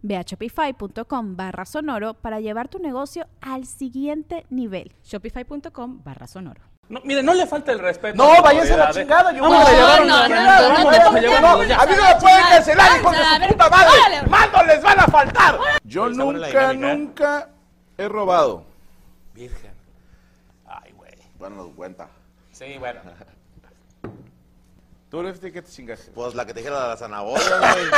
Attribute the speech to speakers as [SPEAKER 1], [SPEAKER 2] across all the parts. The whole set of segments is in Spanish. [SPEAKER 1] Ve a shopify.com barra sonoro para llevar tu negocio al siguiente nivel.
[SPEAKER 2] Shopify.com barra sonoro.
[SPEAKER 3] No, mire, no le falta el respeto.
[SPEAKER 4] No, váyase a la
[SPEAKER 5] eh.
[SPEAKER 4] chingada. Yo voy
[SPEAKER 6] No,
[SPEAKER 4] a llevar a
[SPEAKER 6] no, no,
[SPEAKER 4] chingada,
[SPEAKER 6] no, no,
[SPEAKER 4] voy a
[SPEAKER 6] no,
[SPEAKER 4] llevar-
[SPEAKER 6] no, no,
[SPEAKER 4] A mí no
[SPEAKER 6] no,
[SPEAKER 4] me pueden
[SPEAKER 6] no,
[SPEAKER 4] cancelar, hijos de
[SPEAKER 6] no, no,
[SPEAKER 4] su puta madre.
[SPEAKER 6] no,
[SPEAKER 4] Mando les van a faltar.
[SPEAKER 7] Yo
[SPEAKER 3] Ahí está la dinámica,
[SPEAKER 7] nunca,
[SPEAKER 3] ¿eh?
[SPEAKER 7] nunca he robado.
[SPEAKER 3] Virgen. Ay, güey.
[SPEAKER 7] Bueno, nos cuenta.
[SPEAKER 3] Sí, bueno.
[SPEAKER 7] ¿Tú, Lefty, qué te chingaste?
[SPEAKER 8] Pues la que te dijera de la zanahoria, güey.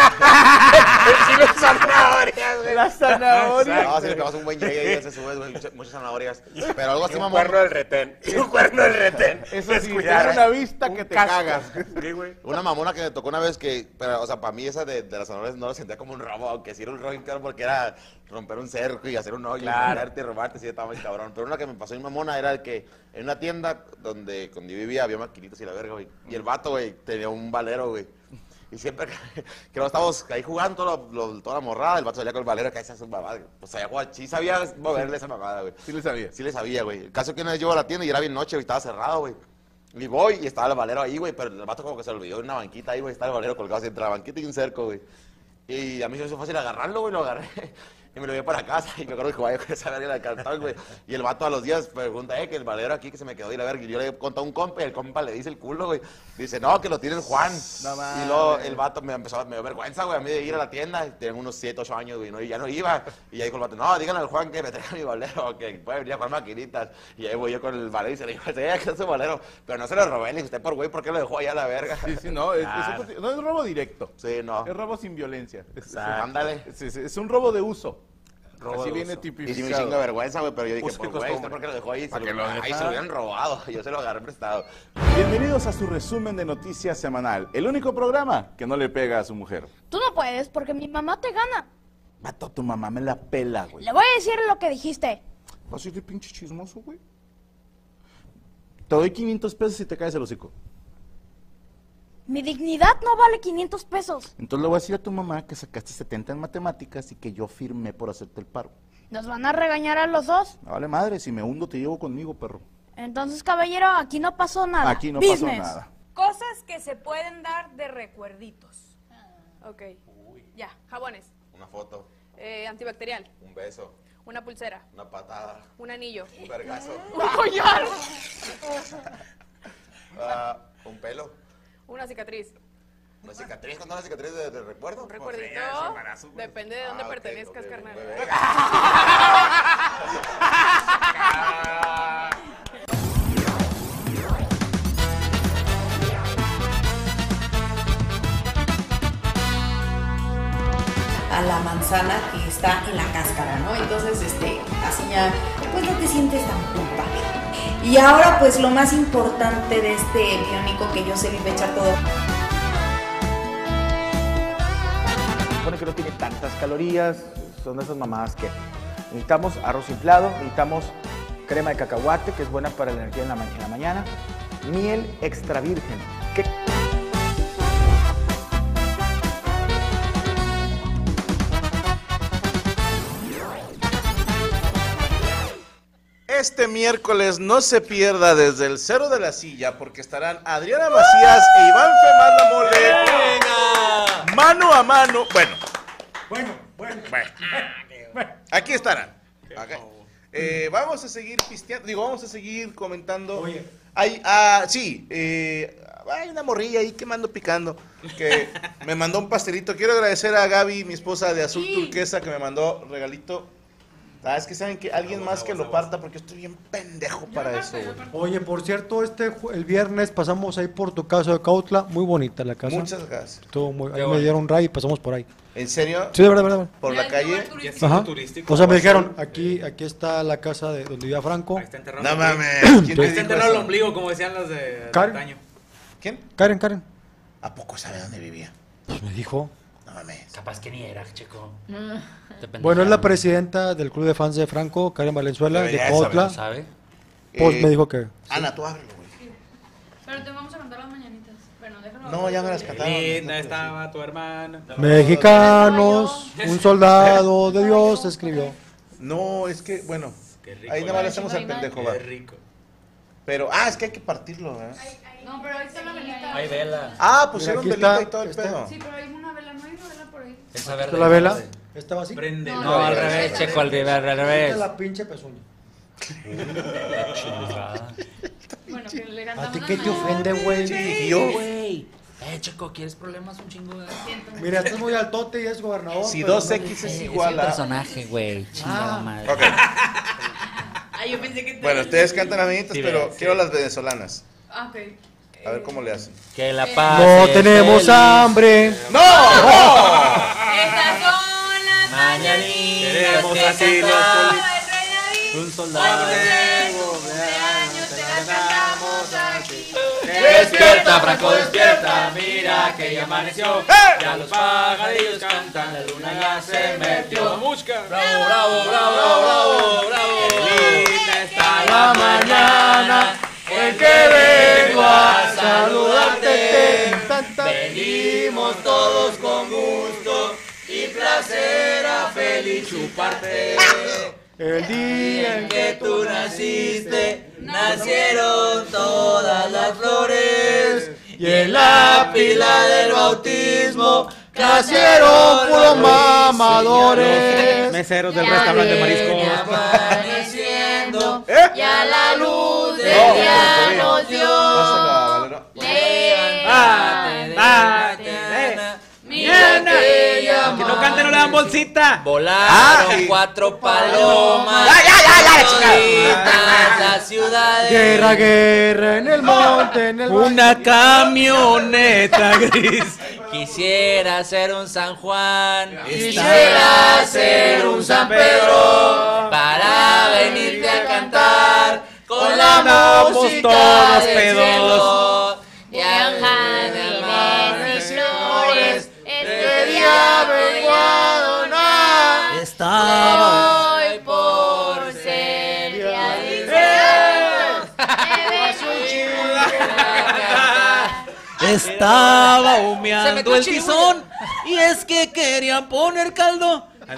[SPEAKER 4] Las zanahorias.
[SPEAKER 8] No, si le pegas un buen llegue ahí, se subes, güey, muchas, muchas zanahorias. Pero algo así,
[SPEAKER 3] un
[SPEAKER 8] mamón.
[SPEAKER 3] cuerno del retén. Y un cuerno del retén.
[SPEAKER 7] Eso sí,
[SPEAKER 3] Descuidar,
[SPEAKER 7] es una
[SPEAKER 3] ¿eh?
[SPEAKER 7] vista que te cagas.
[SPEAKER 3] Sí, güey.
[SPEAKER 8] Una mamona que me tocó una vez que, pero, o sea, para mí esa de, de las zanahorias no la sentía como un robo, aunque sí era un robo bien claro, porque era romper un cerco y hacer un hoyo,
[SPEAKER 3] Claro.
[SPEAKER 8] y meterte y robarte, sí, estaba muy cabrón. Pero una que me pasó mi mamona era el que en una tienda donde cuando yo vivía había maquinitos y la verga, güey. Y el vato, güey, tenía un valero, güey. Y siempre que, que nos estábamos ahí jugando toda la- lo- toda la morrada, el vato salía con el valero, que esa es su mamada. Pues sabía, jugar, sí sabía moverle esa mamada, güey.
[SPEAKER 7] Sí le sabía.
[SPEAKER 8] Sí le sabía, güey. El caso es que una vez llevo a la tienda y era bien noche, güey, estaba cerrado, güey. Y voy y estaba el valero ahí, güey, pero el vato como que se olvidó en una banquita ahí, güey, estaba el valero colgado así entre la banquita y un cerco, güey. Y a mí se me hizo fácil agarrarlo, güey, lo agarré. Y me lo llevé para casa y me acuerdo que jugaba yo con esa verga en el cartón, güey. Y el vato a los días pregunta, eh, que el valero aquí que se me quedó y la verga. Y yo le conté a un compa y el compa le dice el culo, güey. Dice, no, que lo tiene el Juan.
[SPEAKER 7] No mames.
[SPEAKER 8] y luego el vato me empezó, a- me dio vergüenza, güey, a mí de ir a la tienda. Tenía unos 7, 8 años, güey, ¿no? y ya no iba. Y ya dijo el vato, no, díganle al Juan que me traiga mi valero, que puede venir a jugar maquinitas. Y ahí voy yo con el valero y se le dijo, eh, que es su valero. Pero no se lo robé, le dije, usted por güey, ¿por qué lo dejó allá a la verga?
[SPEAKER 7] Sí, sí, no. Es, es
[SPEAKER 3] Claro.
[SPEAKER 7] otro- no es robo directo.
[SPEAKER 8] Sí, no.
[SPEAKER 7] Es robo sin violencia. Es- es-
[SPEAKER 8] Ándale.
[SPEAKER 7] Es, es- es un robo de uso.
[SPEAKER 3] Robo
[SPEAKER 7] Así
[SPEAKER 3] de
[SPEAKER 7] viene
[SPEAKER 3] uso.
[SPEAKER 8] Y sí me chingo de
[SPEAKER 7] tipificado.
[SPEAKER 8] vergüenza, güey, pero yo dije,
[SPEAKER 3] Uso y
[SPEAKER 8] pues, güey,
[SPEAKER 3] costumbre.
[SPEAKER 8] ¿por qué lo dejó ahí? Se
[SPEAKER 7] ¿Para
[SPEAKER 8] lo,
[SPEAKER 7] qué lo
[SPEAKER 8] ahí se
[SPEAKER 7] dejaba?
[SPEAKER 8] lo hubieran robado. Yo se lo agarré prestado.
[SPEAKER 7] Bienvenidos a su resumen de noticias semanal. El único programa que no le pega a su mujer.
[SPEAKER 6] Tú no puedes porque mi mamá te gana.
[SPEAKER 7] Mato tu mamá, me la pela, güey.
[SPEAKER 6] Le voy a decir lo que dijiste.
[SPEAKER 7] Así de pinche chismoso, güey. Te doy 500 pesos y te caes el hocico.
[SPEAKER 6] Mi dignidad no vale 500 pesos.
[SPEAKER 7] Entonces le voy a decir a tu mamá que sacaste 70 en matemáticas y que yo firmé por hacerte el paro.
[SPEAKER 6] Nos van a regañar a los dos.
[SPEAKER 7] Me Vale madre, si me hundo te llevo conmigo, perro.
[SPEAKER 6] Entonces, caballero, aquí no pasó nada.
[SPEAKER 7] Aquí no pasó
[SPEAKER 6] Business.
[SPEAKER 7] nada.
[SPEAKER 9] Cosas que se pueden dar de recuerditos. Ok. Ya, jabones,
[SPEAKER 8] Una foto,
[SPEAKER 9] eh, antibacterial,
[SPEAKER 8] un beso,
[SPEAKER 9] una pulsera,
[SPEAKER 8] una patada,
[SPEAKER 9] un anillo,
[SPEAKER 8] un vergazo,
[SPEAKER 9] un collar,
[SPEAKER 8] ah, un pelo,
[SPEAKER 9] una cicatriz,
[SPEAKER 10] Pues
[SPEAKER 8] una cicatriz. ¿Cuándo una cicatriz de, de recuerdo?
[SPEAKER 9] un recuerdito.
[SPEAKER 10] pues.
[SPEAKER 9] Depende de dónde
[SPEAKER 8] Ah, ok,
[SPEAKER 9] pertenezcas,
[SPEAKER 8] ok,
[SPEAKER 9] carnal.
[SPEAKER 8] muy bien.
[SPEAKER 11] a la manzana que está en la cáscara, ¿no? Entonces, este, así ya, pues no te sientes tan culpable. Y ahora, pues lo más importante de este biónico que yo sé que echa todo.
[SPEAKER 4] Supone que no tiene tantas calorías. Son de esas mamadas que necesitamos arroz inflado, necesitamos crema de cacahuate, que es buena para la energía en la, ma- en la mañana. Miel extra virgen. que-
[SPEAKER 10] Este miércoles no se pierda desde el cero de la silla porque estarán Adriana Macías e Iván Femanda Mole mano a mano. Bueno, bueno, bueno, aquí estarán. Acá. Eh, vamos a seguir pisteando, digo, vamos a seguir comentando. Hay, ah, sí, eh, hay una morrilla ahí que me ando picando que me mandó un pastelito. Quiero agradecer a Gaby, mi esposa de azul turquesa, que me mandó regalito Ah, es que saben que alguien más que lo parta porque yo estoy bien pendejo para eso. güey.
[SPEAKER 12] Oye, por cierto, este ju- el viernes pasamos ahí por tu casa de Cautla, muy bonita la casa.
[SPEAKER 10] Muchas gracias.
[SPEAKER 12] Estuvo muy-
[SPEAKER 10] Qué
[SPEAKER 12] ahí me
[SPEAKER 10] bueno.
[SPEAKER 12] dieron ray y pasamos por ahí.
[SPEAKER 10] ¿En serio?
[SPEAKER 12] Sí, de verdad, de verdad.
[SPEAKER 10] Por la calle.
[SPEAKER 12] Ajá. O sea, me dijeron, aquí, aquí está la casa de donde vivía Franco.
[SPEAKER 10] No mames. ¿Quién
[SPEAKER 12] Tú-
[SPEAKER 10] te
[SPEAKER 13] Está
[SPEAKER 10] dijo
[SPEAKER 13] enterrado el
[SPEAKER 10] eso?
[SPEAKER 13] ombligo, como decían las de
[SPEAKER 12] Karen.
[SPEAKER 13] antaño.
[SPEAKER 10] ¿Quién?
[SPEAKER 12] Karen, Karen.
[SPEAKER 10] ¿A poco sabe dónde vivía?
[SPEAKER 12] Pues me dijo.
[SPEAKER 10] No mames.
[SPEAKER 13] Capaz que ni era, Pues, chico.
[SPEAKER 12] Bueno, es la presidenta del club de fans de Franco, Karen Valenzuela, de
[SPEAKER 10] Debería de
[SPEAKER 12] Cautla.
[SPEAKER 10] saberlo, ¿sabe?
[SPEAKER 12] Pues
[SPEAKER 10] Eh,
[SPEAKER 12] me dijo que.
[SPEAKER 10] Ana, tú ábrelo, güey.
[SPEAKER 14] Pero te vamos a cantar las mañanitas. Bueno, déjalo.
[SPEAKER 10] No, ya me las cantaron.
[SPEAKER 13] Linda estaba tu hermana.
[SPEAKER 12] Mexicanos, un soldado de Dios escribió.
[SPEAKER 10] No, es que, bueno.
[SPEAKER 13] rico,
[SPEAKER 10] ahí nada más
[SPEAKER 13] ¿no?
[SPEAKER 10] le hacemos al
[SPEAKER 13] Chingo de
[SPEAKER 10] pendejo, va.
[SPEAKER 13] madre. Qué rico.
[SPEAKER 10] Pero, ah, es que hay que partirlo, ¿verdad?
[SPEAKER 14] No, pero ahí está la velita.
[SPEAKER 13] Hay velas.
[SPEAKER 10] Ah, pusieron
[SPEAKER 12] Mira, aquí
[SPEAKER 10] velita
[SPEAKER 12] está,
[SPEAKER 10] y todo el
[SPEAKER 12] está.
[SPEAKER 10] pedo.
[SPEAKER 14] Sí, pero hay una vela, no hay una vela por ahí.
[SPEAKER 13] Esa
[SPEAKER 12] ¿Está la vela? ¿Estaba así?
[SPEAKER 13] Prende. No, al revés, checo, al revés, al revés.
[SPEAKER 12] la pinche pezuña.
[SPEAKER 14] Bueno, que le
[SPEAKER 12] ¿A
[SPEAKER 14] cantamos
[SPEAKER 12] ti
[SPEAKER 14] las
[SPEAKER 12] qué te
[SPEAKER 14] mañanitas.
[SPEAKER 12] ofende, güey?
[SPEAKER 13] Sí,
[SPEAKER 12] Dios.
[SPEAKER 13] güey. Eh, chico, ¿quieres problemas? Un chingo de.
[SPEAKER 12] Mira, este es muy altote y es gobernador.
[SPEAKER 13] Si
[SPEAKER 12] pero
[SPEAKER 13] 2X
[SPEAKER 12] no-
[SPEAKER 13] es igual a-
[SPEAKER 15] personaje, güey. Chingada
[SPEAKER 12] Ah.
[SPEAKER 15] madre.
[SPEAKER 14] Ah, yo pensé que te.
[SPEAKER 10] Bueno, ustedes cantan a mañanitas,
[SPEAKER 13] Sí,
[SPEAKER 10] pero
[SPEAKER 13] vean, sí. Eh.
[SPEAKER 10] quiero las venezolanas.
[SPEAKER 14] Ah, ok.
[SPEAKER 10] A ver cómo le hacen.
[SPEAKER 13] Que la
[SPEAKER 12] No tenemos hambre.
[SPEAKER 10] ¡No!
[SPEAKER 12] Ah.
[SPEAKER 13] Mañana queremos así los poli- Un soldado de cumpleaños te la cantamos aquí. Despierta, Franco, despierta, mira que ya amaneció. Ya los pajarillos cantan, la luna ya se metió. Bravo, bravo, bravo, bravo, bravo. Qué linda está la mañana en que vengo a saludarte. Venimos todos con gusto y placer a feliz chuparte.
[SPEAKER 12] El día
[SPEAKER 13] En que tú naciste, nacieron todas las flores. Y en la pila del bautismo,
[SPEAKER 12] nacieron puros mamadores.
[SPEAKER 13] Meseros del
[SPEAKER 12] restaurante
[SPEAKER 13] mariscos.
[SPEAKER 14] Amaneciendo y a la luz del
[SPEAKER 10] No,
[SPEAKER 14] día
[SPEAKER 10] no,
[SPEAKER 14] nos dio. Mira que ya
[SPEAKER 13] Que no canten, no le dan bolsita.
[SPEAKER 15] Volaron
[SPEAKER 12] Ah,
[SPEAKER 15] cuatro palomas.
[SPEAKER 13] Ya, ya, ya, ya, la
[SPEAKER 15] toditas la ciudad.
[SPEAKER 12] Guerra, guerra en el monte, en el
[SPEAKER 13] Una camioneta gris.
[SPEAKER 15] Quisiera ser un San Juan.
[SPEAKER 13] Quisiera ser un San Pedro.
[SPEAKER 15] Para venirte a cantar con la
[SPEAKER 13] Andamos
[SPEAKER 15] música
[SPEAKER 13] todos
[SPEAKER 15] del
[SPEAKER 13] pedos.
[SPEAKER 15] cielo. Y
[SPEAKER 14] flores. Este día vengo a donar.
[SPEAKER 13] Estaba.
[SPEAKER 14] Hoy por ser día de Dios. He venido
[SPEAKER 13] Estaba
[SPEAKER 15] Se metió
[SPEAKER 13] humeando el
[SPEAKER 15] chirigüeya.
[SPEAKER 13] tizón y es que querían poner caldo.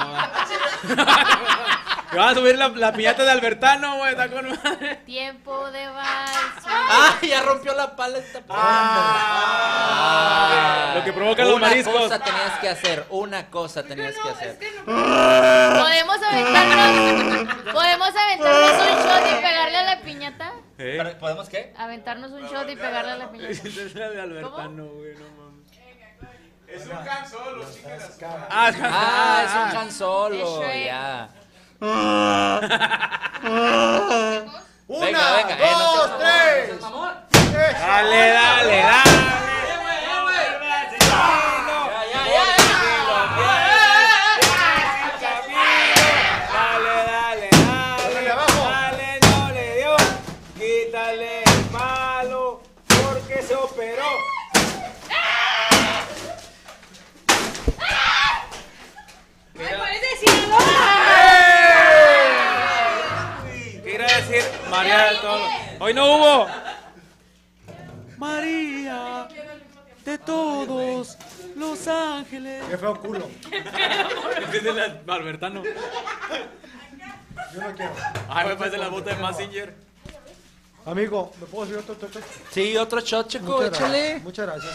[SPEAKER 13] Me van a subir la, la piñata de Albertano, güey, está con madre.
[SPEAKER 14] Tiempo de vals.
[SPEAKER 13] Ah, ya rompió la pala esta Ah. Lo que provocan los
[SPEAKER 15] Ah. Una
[SPEAKER 13] mariscos.
[SPEAKER 15] cosa tenías que hacer, una cosa tenías que hacer.
[SPEAKER 14] Podemos aventarnos. Podemos aventarnos un shot y pegarle a la piñata.
[SPEAKER 5] ¿Eh?
[SPEAKER 13] Pero, ¿Podemos qué?
[SPEAKER 14] Aventarnos un shot y pegarle a la piñata.
[SPEAKER 13] Es la de Albertano, güey, no mames.
[SPEAKER 3] Es un can solo, chicas.
[SPEAKER 13] Ah, es
[SPEAKER 15] Ah, es un
[SPEAKER 13] can
[SPEAKER 15] Han Solo,
[SPEAKER 13] Es Shrek.
[SPEAKER 15] ya.
[SPEAKER 13] Una,
[SPEAKER 15] Ah. venga, venga, eh, no
[SPEAKER 13] dos,
[SPEAKER 15] seas mamón,
[SPEAKER 13] tres.
[SPEAKER 15] no seas mamón.
[SPEAKER 13] Dale, dale, dale. Quítale el palo porque se operó. ¿Qué iba a decir? María de todos. Hoy no hubo. María de todos los ángeles.
[SPEAKER 12] Qué feo culo.
[SPEAKER 13] Es de la Albertano.
[SPEAKER 12] Yo no quiero.
[SPEAKER 13] Ay, me parece la bota Ah, pues, de Massinger.
[SPEAKER 12] Amigo, ¿me puedo subir otro chocho?
[SPEAKER 13] Sí, otro shot, Checo, échale.
[SPEAKER 12] Muchas gracias.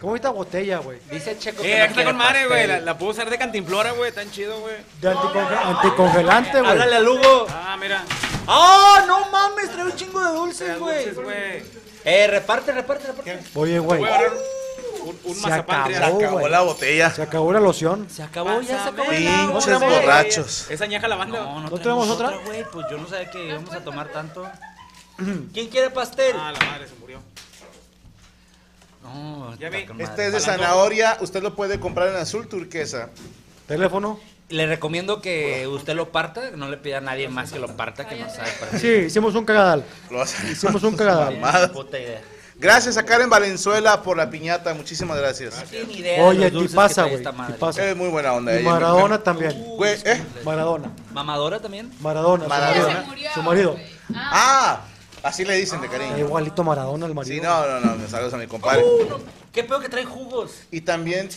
[SPEAKER 12] ¿Cómo esta botella, güey?
[SPEAKER 15] Dice Checo
[SPEAKER 13] Eh, aquí está con madre, güey. La, la puedo usar de cantimplora, güey. Tan chido, güey.
[SPEAKER 12] De anticonge- anticongelante, güey.
[SPEAKER 13] Háblale a Lugo. Ah, mira. ¡Ah, no mames! Trae un chingo de dulces, güey.
[SPEAKER 15] Eh, reparte, reparte, reparte.
[SPEAKER 12] Oye, güey.
[SPEAKER 5] un, un
[SPEAKER 12] Se
[SPEAKER 5] mazapán
[SPEAKER 12] acabó,
[SPEAKER 5] trial.
[SPEAKER 10] Se acabó
[SPEAKER 12] güey.
[SPEAKER 10] la botella.
[SPEAKER 12] Se acabó la loción.
[SPEAKER 5] Se acabó, ya se acabó.
[SPEAKER 10] Pinches borrachos.
[SPEAKER 16] Esa ñaja la banda. No, no,
[SPEAKER 12] tenemos otra?
[SPEAKER 16] güey, pues yo no sabía que íbamos a tomar tanto. ¿Quién quiere pastel? Ah, la madre se murió. No, ya vi.
[SPEAKER 10] Este es de zanahoria, usted lo puede comprar en azul turquesa.
[SPEAKER 12] ¿Teléfono?
[SPEAKER 16] Le recomiendo que usted lo parta, no le pida a nadie más que lo parta, que no sabe partir.
[SPEAKER 12] Sí, hicimos un cagadal. Hicimos un cagadal.
[SPEAKER 10] Mamadas.
[SPEAKER 16] Puta idea.
[SPEAKER 10] Gracias a Karen Valenzuela por la piñata, muchísimas gracias.
[SPEAKER 12] Oye, ti pasa, güey. ti pasa.
[SPEAKER 10] Es muy buena onda.
[SPEAKER 12] Y
[SPEAKER 10] ella,
[SPEAKER 12] Maradona también.
[SPEAKER 10] Güey, ¿eh?
[SPEAKER 12] Maradona.
[SPEAKER 16] ¿Mamadora también?
[SPEAKER 12] Maradona. su
[SPEAKER 10] Maradona.
[SPEAKER 12] marido. Su marido.
[SPEAKER 10] Ah, así le dicen de cariño.
[SPEAKER 12] Eh, Igualito Maradona al marido.
[SPEAKER 10] Sí, no, no, no, me saludos a mi compadre.
[SPEAKER 16] ¿Qué pedo que trae jugos?
[SPEAKER 10] Y también.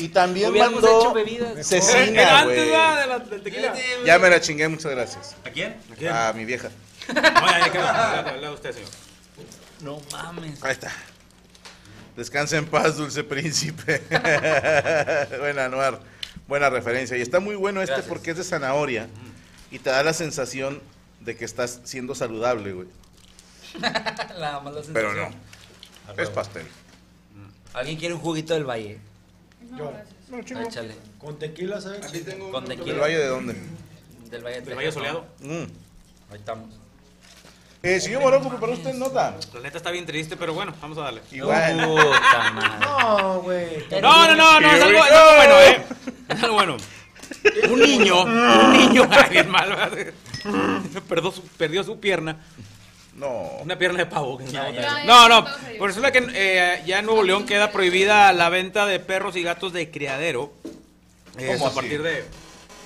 [SPEAKER 10] y también
[SPEAKER 16] Hubiéramos
[SPEAKER 10] mandó
[SPEAKER 16] hecho bebidas.
[SPEAKER 5] Era
[SPEAKER 10] Cecina,
[SPEAKER 5] antes,
[SPEAKER 10] güey.
[SPEAKER 5] ¿verdad? de la- del tequila.
[SPEAKER 10] Ya me la chingué, muchas gracias.
[SPEAKER 5] ¿A quién? ¿A quién?
[SPEAKER 16] Ah.
[SPEAKER 10] A mi vieja.
[SPEAKER 5] No, ya, ya, que me- le- le- le- usted, señor.
[SPEAKER 16] No mames.
[SPEAKER 10] Ahí está. Descansa en paz, dulce príncipe. Buena, Anuar. Buena referencia. Y está muy bueno este porque es de zanahoria y te da la sensación de que estás siendo saludable, güey.
[SPEAKER 16] La mala sensación.
[SPEAKER 10] Pero no. Es pastel.
[SPEAKER 16] ¿Alguien quiere un juguito del Valle?
[SPEAKER 12] Yo.
[SPEAKER 16] Ah, Échale.
[SPEAKER 12] Con tequila, ¿sabes? Aquí tengo
[SPEAKER 16] Con tequila.
[SPEAKER 10] ¿Del Valle de dónde?
[SPEAKER 16] Del Valle,
[SPEAKER 5] Del Valle Soleado.
[SPEAKER 16] Ahí estamos.
[SPEAKER 10] Eh, señor Morocco, ¿preparó usted nota?
[SPEAKER 5] La neta está bien triste, pero bueno, vamos a darle.
[SPEAKER 10] Igual.
[SPEAKER 12] No, güey.
[SPEAKER 5] No, no, no, no, es algo, es algo bueno, eh. Es algo bueno. Un niño, un niño, ay, bien malo, perdió su, perdió su pierna.
[SPEAKER 10] No.
[SPEAKER 5] Una pierna de pavo. que
[SPEAKER 16] Ya,
[SPEAKER 5] no,
[SPEAKER 16] ya, ya.
[SPEAKER 5] no, no. Pues resulta que eh, ya en Nuevo León queda prohibida la venta de perros y gatos de criadero. Eh,
[SPEAKER 10] ¿Cómo
[SPEAKER 5] a
[SPEAKER 10] así?
[SPEAKER 5] partir de.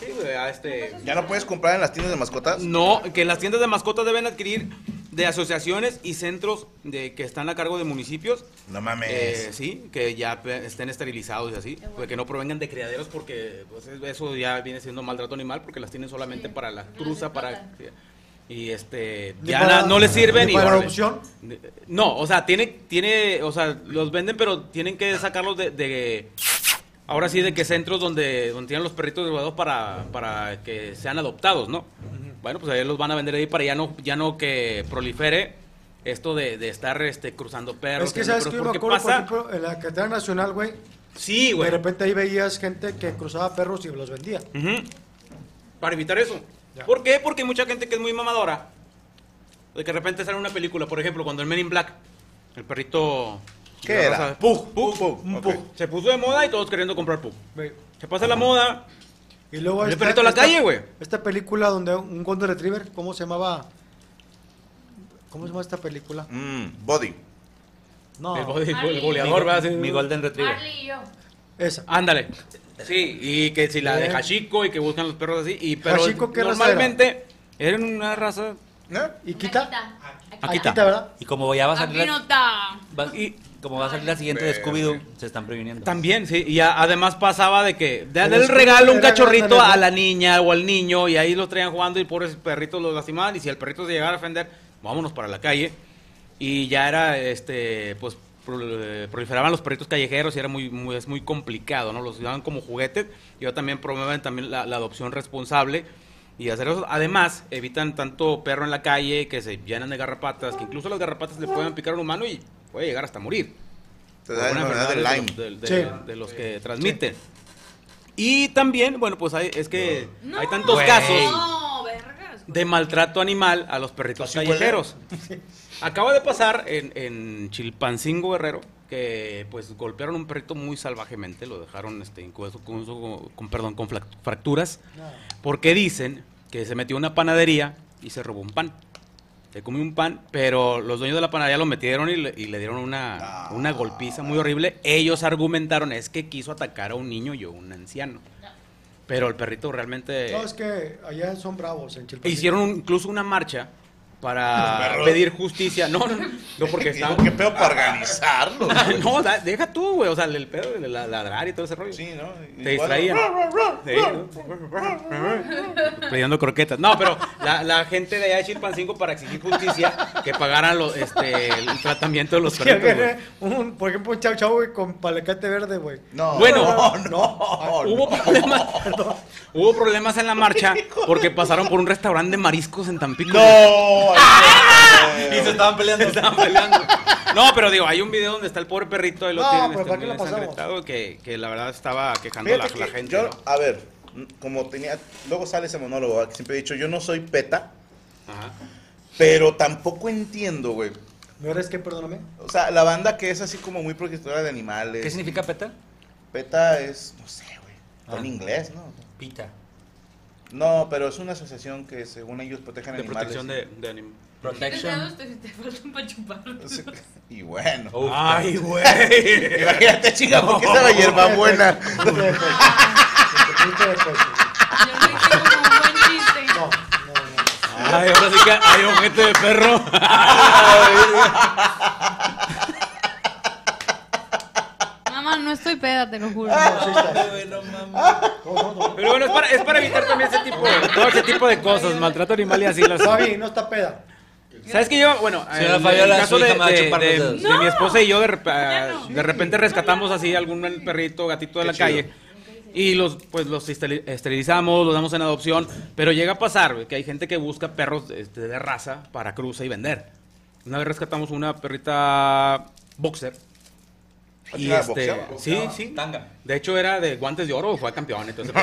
[SPEAKER 5] Sí, güey, a este.
[SPEAKER 10] ¿Ya no puedes comprar en las tiendas de mascotas?
[SPEAKER 5] No, que las tiendas de mascotas deben adquirir de asociaciones y centros de que están a cargo de municipios.
[SPEAKER 10] No mames.
[SPEAKER 5] Eh, sí, que ya pe- estén esterilizados y así, pues, que no provengan de criaderos porque pues, es- eso ya viene siendo maltrato animal porque las tienen solamente para la truza, para... Y este,
[SPEAKER 12] ¿Ni
[SPEAKER 5] ya
[SPEAKER 12] para-
[SPEAKER 5] na- no les sirven
[SPEAKER 12] ni
[SPEAKER 5] y...
[SPEAKER 12] para
[SPEAKER 5] órale.
[SPEAKER 12] adopción?
[SPEAKER 5] No, o sea, tiene, tiene, o sea, los venden pero tienen que sacarlos de... de- ahora sí, de que centros donde, donde tienen los perritos desguados para, para que sean adoptados, ¿no? Bueno, pues ahí los van a vender ahí para ya no, ya no que prolifere esto de, de estar este, cruzando perros.
[SPEAKER 12] Es que
[SPEAKER 5] cruzando
[SPEAKER 12] sabes que yo
[SPEAKER 5] perros,
[SPEAKER 12] me
[SPEAKER 5] porque
[SPEAKER 12] acuerdo, por
[SPEAKER 5] pasa-
[SPEAKER 12] ejemplo, en la carretera nacional, güey.
[SPEAKER 5] Sí,
[SPEAKER 12] güey. De repente ahí veías gente que cruzaba perros y los vendía.
[SPEAKER 5] Ujú. Para evitar eso. ¿Por qué? Porque hay mucha gente que es muy mamadora. De que de repente sale una película, por ejemplo, cuando el Men in Black, el perrito.
[SPEAKER 10] ¿Qué
[SPEAKER 5] la
[SPEAKER 10] era?
[SPEAKER 5] raza- Pug, Pug, un Pug. Se puso de moda y todos queriendo comprar Pug. Se pasa la moda.
[SPEAKER 12] Y luego
[SPEAKER 5] El
[SPEAKER 12] esta-
[SPEAKER 5] perrito a la
[SPEAKER 12] esta-
[SPEAKER 5] calle, güey.
[SPEAKER 12] Esta película donde un Golden Retriever, ¿cómo se llamaba? ¿Cómo se llama esta película?
[SPEAKER 10] Mm, body.
[SPEAKER 12] No. Ah,
[SPEAKER 5] El, body- el boleador,
[SPEAKER 12] Mi-
[SPEAKER 5] ¿verdad? Sí.
[SPEAKER 12] mi Golden
[SPEAKER 5] Retriever.
[SPEAKER 17] Marley y yo.
[SPEAKER 12] Esa.
[SPEAKER 5] Ándale. Sí, y que si la de
[SPEAKER 12] Eh.
[SPEAKER 5] Hachiko y que buscan los perros así. Y, pero
[SPEAKER 12] ¿Hachiko qué raza
[SPEAKER 5] normalmente eran una raza.
[SPEAKER 12] ¿Y quita?
[SPEAKER 16] Akita.
[SPEAKER 12] Akita, Ah, ¿verdad?
[SPEAKER 16] Y como ya va a salir la,
[SPEAKER 17] Pinota.
[SPEAKER 16] va- como va a salir la siguiente de Scooby-Doo, se están previniendo.
[SPEAKER 5] También, sí. Y a- además pasaba de que de
[SPEAKER 16] Pero
[SPEAKER 5] darle el
[SPEAKER 16] es que
[SPEAKER 5] regalo un
[SPEAKER 16] era
[SPEAKER 5] cachorrito
[SPEAKER 16] grande, ¿no?
[SPEAKER 5] a la niña o al niño y ahí lo traían jugando y pobres perritos los lastimaban y si el perrito se llegara a ofender, vámonos para la calle. Y ya era, este, pues pro- eh, proliferaban los perritos callejeros y era muy, muy- es muy complicado, ¿no? Los usaban como juguetes y ahora también promueven también la, la adopción responsable y hacer eso. Además, evitan tanto perro en la calle que se llenan de garrapatas, que incluso las garrapatas le pueden picar a un humano y puede llegar hasta morir.
[SPEAKER 10] Te da
[SPEAKER 5] Alguna
[SPEAKER 10] enfermedad del
[SPEAKER 5] de
[SPEAKER 10] Lyme.
[SPEAKER 5] los- del-
[SPEAKER 10] Sí.
[SPEAKER 5] del- de los que transmiten. Y también, bueno, pues hay, es que hay tantos
[SPEAKER 16] Güey.
[SPEAKER 5] casos
[SPEAKER 17] No, vergas.
[SPEAKER 5] de maltrato animal a los perritos callejeros. Acaba de pasar en, en Chilpancingo Guerrero que pues golpearon un perrito muy salvajemente, lo dejaron este incueso con, su- con- perdón, con flac- fracturas, porque dicen que se metió a una panadería y se robó un pan. Se comió un pan, pero los dueños de la panadería lo metieron y le, y le dieron una, una golpiza muy horrible. Ellos argumentaron es que quiso atacar a un niño y a un anciano. Pero el perrito realmente
[SPEAKER 12] No, es que allá son bravos en Chilpancingo.
[SPEAKER 5] hicieron un- incluso una marcha
[SPEAKER 12] Los
[SPEAKER 5] para
[SPEAKER 12] perros.
[SPEAKER 5] pedir justicia. No, no, no, no, porque
[SPEAKER 10] Digo,
[SPEAKER 5] estaban...
[SPEAKER 10] qué pedo para organizarlo, güey.
[SPEAKER 5] ah, no, da- deja tú, güey. O sea, el pedo de la- ladrar y todo ese rollo. Sí,
[SPEAKER 10] ¿no?
[SPEAKER 5] Te distraían. Pidiendo croquetas. No, pero la, la gente de allá de Chilpancingo para exigir justicia que pagaran lo- este, el tratamiento de los
[SPEAKER 12] Que
[SPEAKER 5] perritos, güey.
[SPEAKER 12] agarre un- por ejemplo, un chau chau, güey, con palacate verde, güey.
[SPEAKER 10] No.
[SPEAKER 5] Bueno, Ah,
[SPEAKER 12] no,
[SPEAKER 5] hubo problemas. Hubo problemas en la marcha porque pasaron por un restaurante de mariscos en Tampico.
[SPEAKER 10] No,
[SPEAKER 5] Ah, Y se estaban peleando. Se estaban peleando. No, pero digo, hay un video donde está el pobre perrito de lo
[SPEAKER 10] No,
[SPEAKER 5] tienen
[SPEAKER 10] pero
[SPEAKER 5] este,
[SPEAKER 10] ¿para qué lo
[SPEAKER 5] muy
[SPEAKER 10] pasamos?
[SPEAKER 5] ensangrentado, que, que la verdad estaba quejando la,
[SPEAKER 10] Fíjate
[SPEAKER 5] la
[SPEAKER 10] que
[SPEAKER 5] gente.
[SPEAKER 10] yo,
[SPEAKER 5] ¿no?
[SPEAKER 10] a ver, como tenía, luego sale ese monólogo, ¿verdad? que siempre he dicho, yo no soy peta, pero tampoco entiendo, güey.
[SPEAKER 12] ¿No eres que, perdóname?
[SPEAKER 10] O sea, la banda que es así como muy protectora de animales.
[SPEAKER 12] ¿Qué significa
[SPEAKER 5] peta?
[SPEAKER 10] Peta es, no sé, güey,
[SPEAKER 16] Ah.
[SPEAKER 10] está en inglés, ¿no?
[SPEAKER 5] Pita.
[SPEAKER 10] No, pero es una asociación que según ellos protegen
[SPEAKER 5] De
[SPEAKER 10] animales.
[SPEAKER 5] protección de, de anim-
[SPEAKER 18] Te faltan para chupar.
[SPEAKER 10] Y bueno.
[SPEAKER 16] Oh.
[SPEAKER 5] Uf. Ay, güey.
[SPEAKER 10] Imagínate, chinga, ¿por qué estaba hierba buena?
[SPEAKER 5] Ay, ahora sí que hay ojete de perro.
[SPEAKER 18] Mamá, no estoy peda, te lo juro.
[SPEAKER 5] Pero bueno, es para, es para evitar también ese tipo de, todo ese tipo de cosas, maltrato animal y así las
[SPEAKER 12] Fabi, no está peda.
[SPEAKER 5] ¿Sabes que yo, bueno, en
[SPEAKER 12] Señora
[SPEAKER 5] el
[SPEAKER 12] Fabiola,
[SPEAKER 5] caso
[SPEAKER 12] su
[SPEAKER 5] de,
[SPEAKER 12] hija me va a
[SPEAKER 5] de-
[SPEAKER 12] chupar los
[SPEAKER 5] de-
[SPEAKER 12] dedos.
[SPEAKER 5] de mi esposa y yo, de, rep- de repente rescatamos así algún perrito, gatito de la calle. Y los, pues los esteri- esterilizamos, los damos en adopción. Pero llega a pasar, güey, que hay gente que busca perros este, de raza para cruza y vender. Una vez rescatamos una perrita boxer. Y
[SPEAKER 10] Ah,
[SPEAKER 5] este,
[SPEAKER 10] boxeaba,
[SPEAKER 5] sí,
[SPEAKER 10] boxeaba.
[SPEAKER 5] sí. De hecho, era de guantes de oro, fue campeón. Entonces,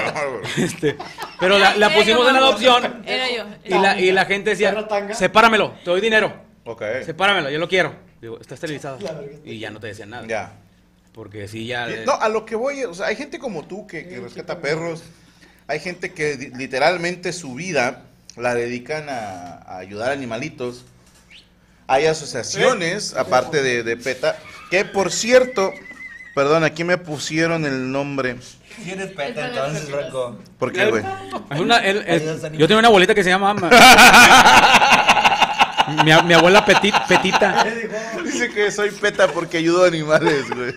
[SPEAKER 5] este, pero la, la
[SPEAKER 18] Era yo,
[SPEAKER 5] pusimos en
[SPEAKER 18] mamá.
[SPEAKER 5] adopción.
[SPEAKER 18] Era yo.
[SPEAKER 5] Y la, y la gente decía, sepáramelo, te doy dinero. Sepáramelo, yo lo quiero. Digo, está esterilizado. Y ya no te decían nada.
[SPEAKER 10] Ya.
[SPEAKER 5] Porque sí, ya.
[SPEAKER 10] No, a lo que voy, o sea, hay gente como tú que, que rescata perros, hay gente que di- literalmente su vida la dedican a, a ayudar a animalitos. Hay asociaciones, aparte de, de PETA, que por cierto, perdón, aquí me pusieron el nombre.
[SPEAKER 13] ¿Quién es peta entonces, Franco?
[SPEAKER 10] ¿Por qué, güey?
[SPEAKER 5] Hay una- el- el- yo tenía una abuelita que se llama. mi, a- mi abuela Petit- Petita.
[SPEAKER 10] Dice que soy PETA porque ayudo a animales, güey.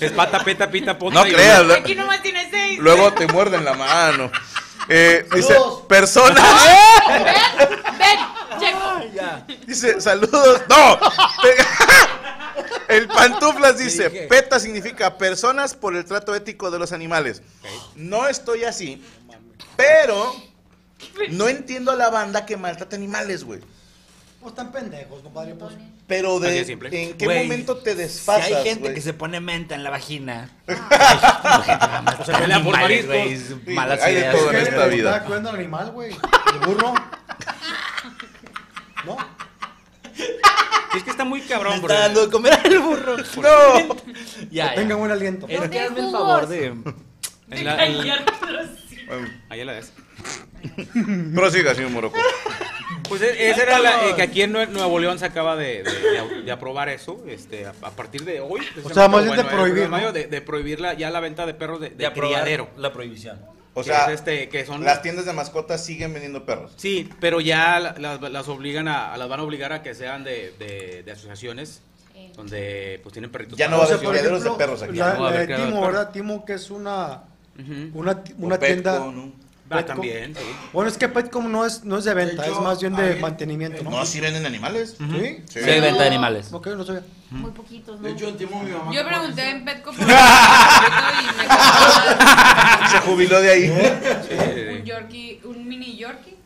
[SPEAKER 5] Es pata, peta, pita, pota.
[SPEAKER 10] No
[SPEAKER 5] y-
[SPEAKER 10] creas, lo-
[SPEAKER 18] Aquí nomás tiene seis.
[SPEAKER 10] Luego te muerden la mano. Eh, dice,
[SPEAKER 18] Saludos.
[SPEAKER 10] personas.
[SPEAKER 18] Ven, checo.
[SPEAKER 10] Dice, saludos. ¡No! Pe- El pantuflas dice, PETA significa personas por el trato ético de los animales. No estoy así, pero no entiendo a la banda que maltrata animales, güey.
[SPEAKER 12] Pues están pendejos, compadre. Pues.
[SPEAKER 10] Pero
[SPEAKER 12] Así
[SPEAKER 10] de,
[SPEAKER 12] de simple.
[SPEAKER 10] ¿en qué
[SPEAKER 12] Güey,
[SPEAKER 10] momento te
[SPEAKER 13] Si
[SPEAKER 10] desfasas,
[SPEAKER 13] hay gente
[SPEAKER 10] güey?
[SPEAKER 13] que se pone menta en la vagina.
[SPEAKER 5] se pelea por
[SPEAKER 13] Animales, güey,
[SPEAKER 5] mariscos.
[SPEAKER 13] es malas
[SPEAKER 10] Hay de
[SPEAKER 13] ideas.
[SPEAKER 10] todo en
[SPEAKER 12] ¿Qué
[SPEAKER 10] esta
[SPEAKER 12] le
[SPEAKER 10] vida.
[SPEAKER 12] está cuidando al animal, güey? El burro. ¿No?
[SPEAKER 5] Es que está muy cabrón,
[SPEAKER 13] Está dando de comer al burro.
[SPEAKER 10] No.
[SPEAKER 13] Ya,
[SPEAKER 12] Que tenga buen aliento.
[SPEAKER 13] Es que hazme el
[SPEAKER 5] jugos.
[SPEAKER 13] favor de...
[SPEAKER 5] En la- en- Ahí la ves.
[SPEAKER 10] Prosiga, señor Morocco.
[SPEAKER 5] Pues e- esa era la eh, que aquí en Nue- Nuevo León se acaba de, de- de au- de aprobar eso, este, a, a partir de hoy.
[SPEAKER 12] O sea, más bien de
[SPEAKER 5] el
[SPEAKER 12] prohibir,
[SPEAKER 5] primero de
[SPEAKER 12] ¿no?
[SPEAKER 5] mayo, de, de prohibir la- ya la venta de perros de, de
[SPEAKER 10] De aprobar
[SPEAKER 5] criadero.
[SPEAKER 13] La prohibición.
[SPEAKER 10] O
[SPEAKER 5] Que
[SPEAKER 10] sea,
[SPEAKER 5] es este, que son
[SPEAKER 10] las tiendas de mascotas siguen vendiendo perros.
[SPEAKER 5] Sí, pero ya la- las, las obligan a, a- las van a obligar a que sean de, de- de asociaciones donde pues tienen perritos.
[SPEAKER 10] Ya no
[SPEAKER 5] para-
[SPEAKER 10] va a haber criaderos de perros aquí.
[SPEAKER 12] La,
[SPEAKER 5] Ya no va a
[SPEAKER 12] la de
[SPEAKER 5] haber criaderos de
[SPEAKER 12] Timo,
[SPEAKER 5] perros.
[SPEAKER 12] ¿verdad? Timo, que es una, una, ti-
[SPEAKER 10] O
[SPEAKER 12] una
[SPEAKER 10] Petco,
[SPEAKER 12] tienda.
[SPEAKER 10] ¿no?
[SPEAKER 5] Ah,
[SPEAKER 12] Petco.
[SPEAKER 5] también, sí.
[SPEAKER 12] Bueno, es que Petcom no es, no es de venta, es más bien de mantenimiento, ¿no?
[SPEAKER 10] No, sí venden animales.
[SPEAKER 12] Ujú. ¿Sí?
[SPEAKER 10] Sí, hay venta de animales.
[SPEAKER 12] Ok, no sabía.
[SPEAKER 18] Muy poquitos, ¿no?
[SPEAKER 15] De hecho, Timo, mi mamá.
[SPEAKER 18] Yo pregunté en Petco por un perrito y me compraron
[SPEAKER 10] Se jubiló de ahí.
[SPEAKER 18] un Yorkie, un mini Yorkie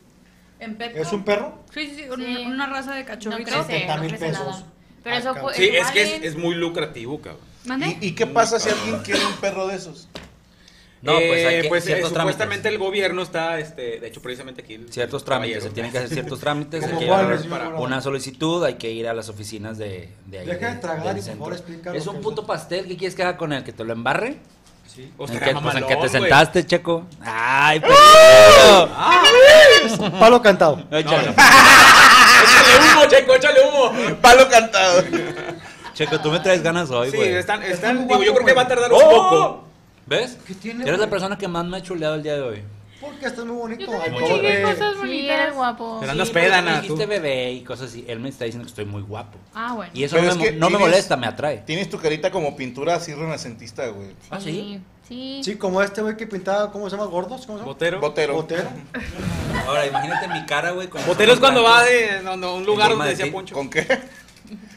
[SPEAKER 18] en Petco.
[SPEAKER 12] ¿Es un perro?
[SPEAKER 18] Sí, sí, sí, un- una raza de cachorrito.
[SPEAKER 12] crece, 70 no mil crece pesos. nada.
[SPEAKER 18] Pero eso fue
[SPEAKER 5] Sí, es que es, es muy lucrativo, cabrón.
[SPEAKER 18] ¿Mande?
[SPEAKER 10] ¿Y qué pasa si alguien quiere un perro de esos?
[SPEAKER 13] No, pues hay
[SPEAKER 5] Eh,
[SPEAKER 13] que-
[SPEAKER 5] pues, eh,
[SPEAKER 13] ciertos trámites.
[SPEAKER 5] supuestamente el gobierno está, este, de hecho, precisamente aquí. el
[SPEAKER 13] Ciertos
[SPEAKER 5] caballero.
[SPEAKER 13] trámites, se tienen que hacer ciertos trámites.
[SPEAKER 5] ¿Cómo
[SPEAKER 13] hay que
[SPEAKER 5] cuáles,
[SPEAKER 13] llevar
[SPEAKER 5] señor Morales?
[SPEAKER 13] una solicitud, hay que ir a las oficinas de, de ahí.
[SPEAKER 12] Deja de tragar y,
[SPEAKER 13] del
[SPEAKER 12] por
[SPEAKER 13] centro.
[SPEAKER 12] favor, explica lo
[SPEAKER 13] Es
[SPEAKER 12] que
[SPEAKER 13] un
[SPEAKER 12] es
[SPEAKER 13] puto pastel, ¿qué quieres que haga con él? ¿Que te lo embarre? Sí.
[SPEAKER 5] O
[SPEAKER 13] ¿En
[SPEAKER 5] sea,
[SPEAKER 13] qué, pues, en
[SPEAKER 5] mamalón,
[SPEAKER 13] qué te
[SPEAKER 5] güey.
[SPEAKER 13] sentaste, Checo? ¡Ay, pues!
[SPEAKER 16] ¡Ah!
[SPEAKER 12] Palo cantado.
[SPEAKER 5] Échale
[SPEAKER 16] Ah.
[SPEAKER 5] humo, Checo, échale humo.
[SPEAKER 10] Palo cantado.
[SPEAKER 13] Checo, tú me traes ganas hoy,
[SPEAKER 5] Sí,
[SPEAKER 13] güey.
[SPEAKER 5] están, están, digo, yo creo que va a tardar un
[SPEAKER 13] ¡Oh!
[SPEAKER 5] poco.
[SPEAKER 13] ¿Ves?
[SPEAKER 12] tiene,
[SPEAKER 13] Eres la
[SPEAKER 12] güey?
[SPEAKER 13] persona que más me ha chuleado el día de hoy.
[SPEAKER 12] Porque estás muy bonito.
[SPEAKER 13] chingué
[SPEAKER 12] cosas
[SPEAKER 18] Sí, eres guapo.
[SPEAKER 16] Oh,
[SPEAKER 13] Pero
[SPEAKER 5] andas
[SPEAKER 13] pero
[SPEAKER 5] peda,
[SPEAKER 13] ah, tú
[SPEAKER 5] Ana,
[SPEAKER 13] me dijiste bebé y cosas así. Él me está diciendo que estoy muy guapo.
[SPEAKER 18] Ah, bueno.
[SPEAKER 13] Y eso
[SPEAKER 10] Pero
[SPEAKER 13] no,
[SPEAKER 10] es
[SPEAKER 13] me,
[SPEAKER 10] que
[SPEAKER 13] no me
[SPEAKER 10] tienes-
[SPEAKER 13] molesta, me atrae.
[SPEAKER 10] Tienes tu carita como pintura así renacentista, güey.
[SPEAKER 13] ¿Ah, sí?
[SPEAKER 18] Sí.
[SPEAKER 12] Sí, como este güey que pintaba, ¿cómo se llama? ¿Gordos? ¿Cómo se llama?
[SPEAKER 5] Botero.
[SPEAKER 10] Botero.
[SPEAKER 12] Botero.
[SPEAKER 13] Ahora, imagínate mi cara, güey. con-
[SPEAKER 5] Botero es cuando va de, no, no, un lugar donde
[SPEAKER 13] Encima de
[SPEAKER 5] decía
[SPEAKER 13] ti.
[SPEAKER 5] Poncho.
[SPEAKER 10] ¿Con qué?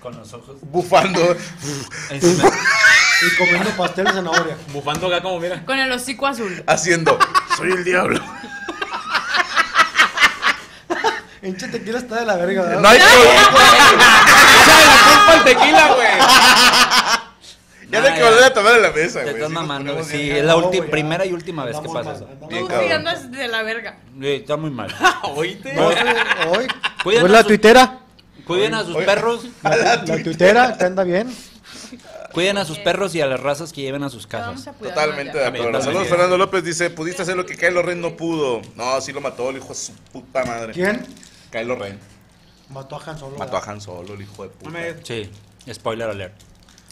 [SPEAKER 13] Con los ojos.
[SPEAKER 10] Bufando.
[SPEAKER 13] Encima.
[SPEAKER 12] Y comiendo pastel de zanahoria.
[SPEAKER 5] Bufando acá como mira.
[SPEAKER 18] Con el hocico azul.
[SPEAKER 10] Haciendo. Soy el diablo.
[SPEAKER 12] Enche tequila está de la verga, ¿verdad?
[SPEAKER 10] No hay que-
[SPEAKER 5] culpa al tequila,
[SPEAKER 10] güey. Ya te que volver a tomar en la mesa,
[SPEAKER 16] Te
[SPEAKER 10] güey.
[SPEAKER 16] estás
[SPEAKER 10] Sí, nos
[SPEAKER 16] mamando, güey.
[SPEAKER 10] ponemos
[SPEAKER 16] Sí,
[SPEAKER 10] bien
[SPEAKER 16] es la
[SPEAKER 10] cabrón,
[SPEAKER 16] ulti-
[SPEAKER 10] güey.
[SPEAKER 16] primera y última vez que pasa eso.
[SPEAKER 17] Tú sí andas de la verga.
[SPEAKER 16] Sí, está muy mal.
[SPEAKER 5] Oíste.
[SPEAKER 12] Hoy.
[SPEAKER 16] Cuiden
[SPEAKER 12] Pues
[SPEAKER 16] a
[SPEAKER 12] la
[SPEAKER 16] sus-
[SPEAKER 12] tuitera.
[SPEAKER 16] Cuiden a sus perros.
[SPEAKER 12] La, la tuitera, que anda bien.
[SPEAKER 16] Cuiden a sus perros y a las razas que lleven a sus casas.
[SPEAKER 10] Totalmente de acuerdo. Saludos, Fernando López dice, pudiste hacer lo que Kylo Ren no pudo. No, sí lo mató el hijo de su puta madre.
[SPEAKER 12] ¿Quién?
[SPEAKER 10] Kylo Ren.
[SPEAKER 12] Mató a Han Solo.
[SPEAKER 10] Mató a Han Solo, el hijo de puta.
[SPEAKER 16] Sí, spoiler alert.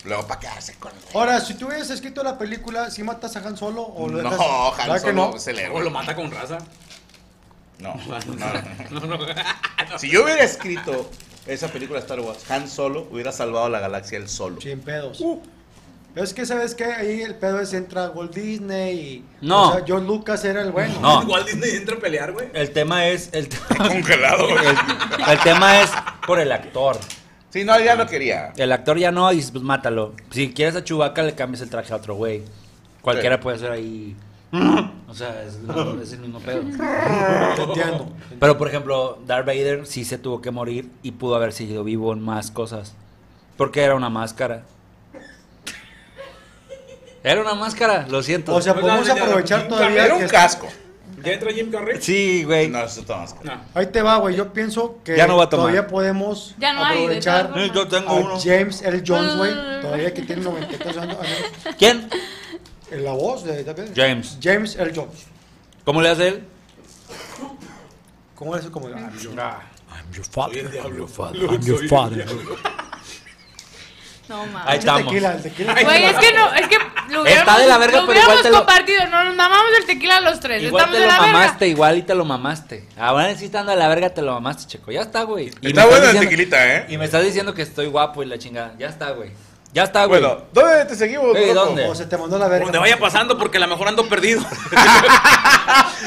[SPEAKER 10] Luego, ¿para quedarse con
[SPEAKER 12] Ahora, si tú hubieras escrito la película, ¿si matas a Han Solo o lo
[SPEAKER 10] No,
[SPEAKER 12] dejas?
[SPEAKER 10] Han
[SPEAKER 12] ¿Verdad que
[SPEAKER 10] Solo
[SPEAKER 12] no?
[SPEAKER 10] se le-
[SPEAKER 5] O Eh, lo mata con raza.
[SPEAKER 10] No, no, no. Si yo hubiera escrito esa película de Star Wars, Han Solo hubiera salvado la galaxia él solo.
[SPEAKER 12] Sin pedos.
[SPEAKER 10] Uh.
[SPEAKER 12] Pero es que, ¿sabes qué? Ahí el pedo es entra Walt Disney y...
[SPEAKER 16] No.
[SPEAKER 12] O sea, John Lucas era el bueno.
[SPEAKER 16] No.
[SPEAKER 5] Walt Disney entra a pelear, güey.
[SPEAKER 16] El tema es. El
[SPEAKER 10] congelado,
[SPEAKER 16] El, el tema es por el actor.
[SPEAKER 10] Sí, no, ya no quería.
[SPEAKER 16] El actor ya no, y dices, pues mátalo. Si quieres a Chubaca, le cambias el traje a otro güey. Cualquiera puede ser ahí. O sea, es, es el mismo pedo.
[SPEAKER 12] entiendo.
[SPEAKER 16] Pero por ejemplo, Darth Vader sí se tuvo que morir y pudo haber seguido vivo en más cosas. Porque era una máscara. Era una máscara, lo siento.
[SPEAKER 12] O sea,
[SPEAKER 10] Pues
[SPEAKER 12] podemos aprovechar todavía... que-
[SPEAKER 5] ¿Ya entra Jim Carrey?
[SPEAKER 16] Sí, güey.
[SPEAKER 10] No, es otra máscara.
[SPEAKER 12] Ahí te va, güey. Yo pienso que
[SPEAKER 16] Ya no va a tomar.
[SPEAKER 12] todavía podemos
[SPEAKER 17] Ya no hay, de
[SPEAKER 12] aprovechar
[SPEAKER 17] todas formas.
[SPEAKER 16] Yo tengo
[SPEAKER 12] a
[SPEAKER 16] uno.
[SPEAKER 12] James L. Jones, güey.
[SPEAKER 17] No, no, no, no.
[SPEAKER 12] Todavía que tiene 93 años. Eh,
[SPEAKER 16] ¿Quién?
[SPEAKER 12] La voz de Darth Vader.
[SPEAKER 16] James.
[SPEAKER 12] James L. Jones.
[SPEAKER 16] ¿Cómo le hace él?
[SPEAKER 12] ¿Cómo es eso? Como, "I'm your-
[SPEAKER 5] Ah.
[SPEAKER 16] I'm your father. I'm your father.
[SPEAKER 12] I'm your father".
[SPEAKER 17] No mames.
[SPEAKER 16] Ahí estamos.
[SPEAKER 12] tequila, el tequila.
[SPEAKER 17] Güey, es que no, es que lo hubiéramos,
[SPEAKER 16] Está de la verga,
[SPEAKER 17] lo
[SPEAKER 16] pero igual
[SPEAKER 17] hubiéramos
[SPEAKER 16] te lo-
[SPEAKER 17] compartido. No, nos mamamos el tequila los tres.
[SPEAKER 16] Igual
[SPEAKER 17] Estamos
[SPEAKER 16] te
[SPEAKER 17] de
[SPEAKER 16] lo
[SPEAKER 17] la verga.
[SPEAKER 16] mamaste, igual y te lo mamaste. Ahora sí estando a la verga, te lo mamaste, checo. Ya está, güey. Y me
[SPEAKER 10] Está bueno el
[SPEAKER 16] diciendo-
[SPEAKER 10] tequilita, ¿eh?
[SPEAKER 16] Y me estás diciendo que estoy guapo y la chingada. Ya está, güey. Ya está, güey.
[SPEAKER 10] Bueno, ¿dónde te seguimos?
[SPEAKER 16] Ey,
[SPEAKER 10] loco?
[SPEAKER 16] ¿dónde?
[SPEAKER 12] O se te mandó la verga.
[SPEAKER 5] Donde vaya pasando, porque a lo mejor ando perdido.